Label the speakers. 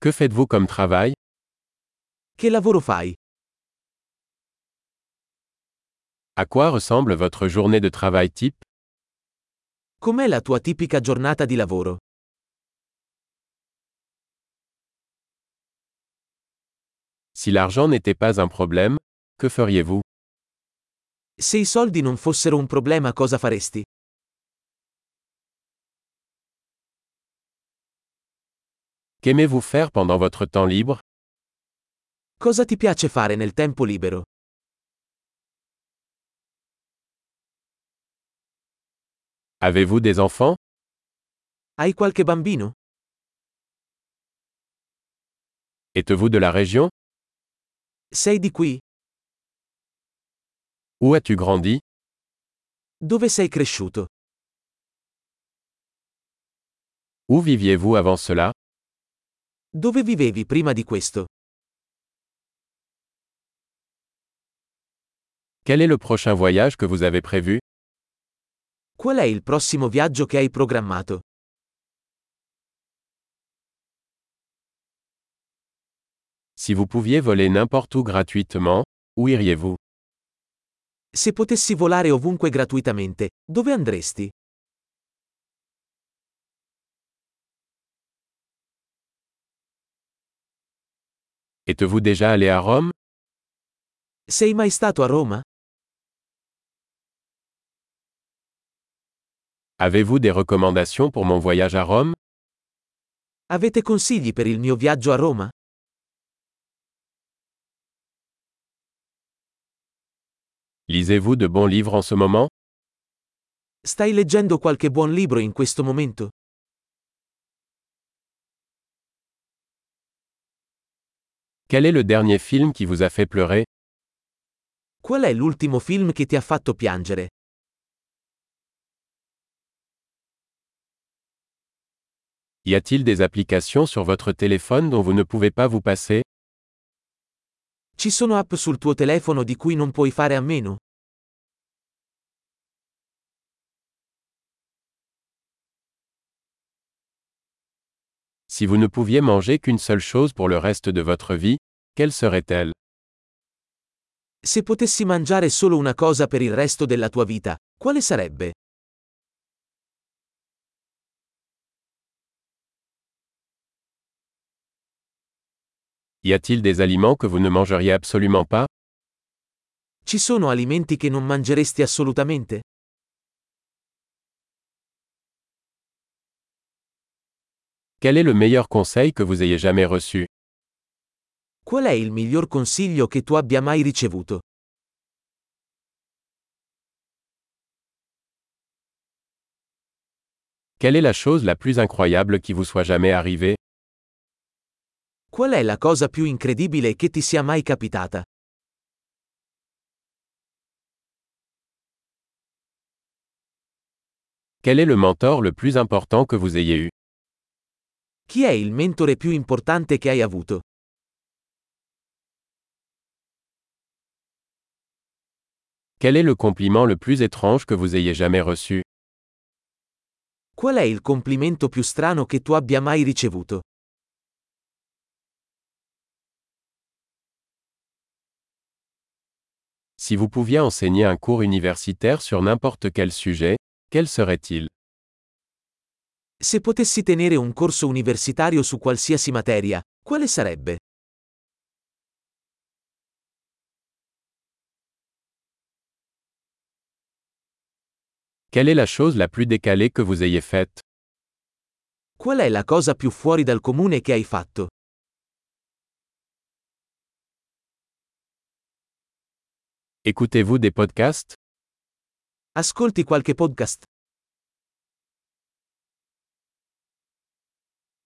Speaker 1: Que faites-vous comme travail
Speaker 2: Che lavoro fai?
Speaker 1: À quoi ressemble votre journée de travail type
Speaker 2: Com'è la tua tipica giornata di lavoro?
Speaker 1: Si l'argent n'était pas un problème, que feriez-vous
Speaker 2: Se i soldi non fossero un problema cosa faresti?
Speaker 1: Qu'aimez-vous faire pendant votre temps libre
Speaker 2: Cosa ti piace fare nel tempo libero?
Speaker 1: Avez-vous des enfants
Speaker 2: Hai qualche bambino?
Speaker 1: Êtes-vous de la région
Speaker 2: Sei di qui?
Speaker 1: Où as-tu grandi
Speaker 2: Dove sei cresciuto?
Speaker 1: Où viviez-vous avant cela
Speaker 2: Dove vivevi prima di questo?
Speaker 1: Quel est le prochain voyage que vous avez prévu
Speaker 2: Qual è il prossimo viaggio che hai programmato?
Speaker 1: Si vous pouviez voler n'importe où gratuitement, où iriez-vous
Speaker 2: Se potessi volare ovunque gratuitamente, dove andresti?
Speaker 1: Êtes-vous déjà allé à Rome
Speaker 2: Sei mai stato a Roma?
Speaker 1: Avez-vous des recommandations pour mon voyage à Rome
Speaker 2: Avete consigli per il mio viaggio a Roma?
Speaker 1: Lisez-vous de bons livres en ce moment
Speaker 2: Stai leggendo qualche buon libro in questo momento?
Speaker 1: Quel est le dernier film qui vous a fait pleurer
Speaker 2: Qual è l'ultimo film che ti ha fatto piangere?
Speaker 1: Y a-t-il des applications sur votre téléphone dont vous ne pouvez pas vous passer
Speaker 2: Ci sono app sul tuo telefono di cui non puoi fare a meno?
Speaker 1: Si vous ne pouviez manger qu'une seule chose pour le reste de votre vie, quelle serait-elle
Speaker 2: Se potessi mangiare solo una cosa per il resto della tua vita, quale sarebbe?
Speaker 1: Y a-t-il des aliments que vous ne mangeriez absolument pas
Speaker 2: Ci sono alimenti che non mangeresti assolutamente?
Speaker 1: Quel est le meilleur conseil que vous ayez jamais reçu
Speaker 2: Qual è il miglior consiglio che tu abbia mai ricevuto?
Speaker 1: Quelle est la chose la plus incroyable qui vous soit jamais arrivée
Speaker 2: Qual è la cosa più incredibile che ti sia mai capitata?
Speaker 1: Quel est le mentor le plus important que vous ayez eu
Speaker 2: Chi è il mentore più importante che hai avuto?
Speaker 1: Quel est le compliment le plus étrange que vous ayez jamais reçu
Speaker 2: Qual è il complimento più strano che tu abbia mai ricevuto?
Speaker 1: Si vous pouviez enseigner un cours universitaire sur n'importe quel sujet, quel serait-il
Speaker 2: Se potessi tenere un corso universitario su qualsiasi materia, quale sarebbe?
Speaker 1: Quelle est la chose la plus décalée que vous ayez faite
Speaker 2: Qual è la cosa più fuori dal comune che hai fatto?
Speaker 1: Écoutez-vous des podcasts
Speaker 2: Ascolti qualche podcast?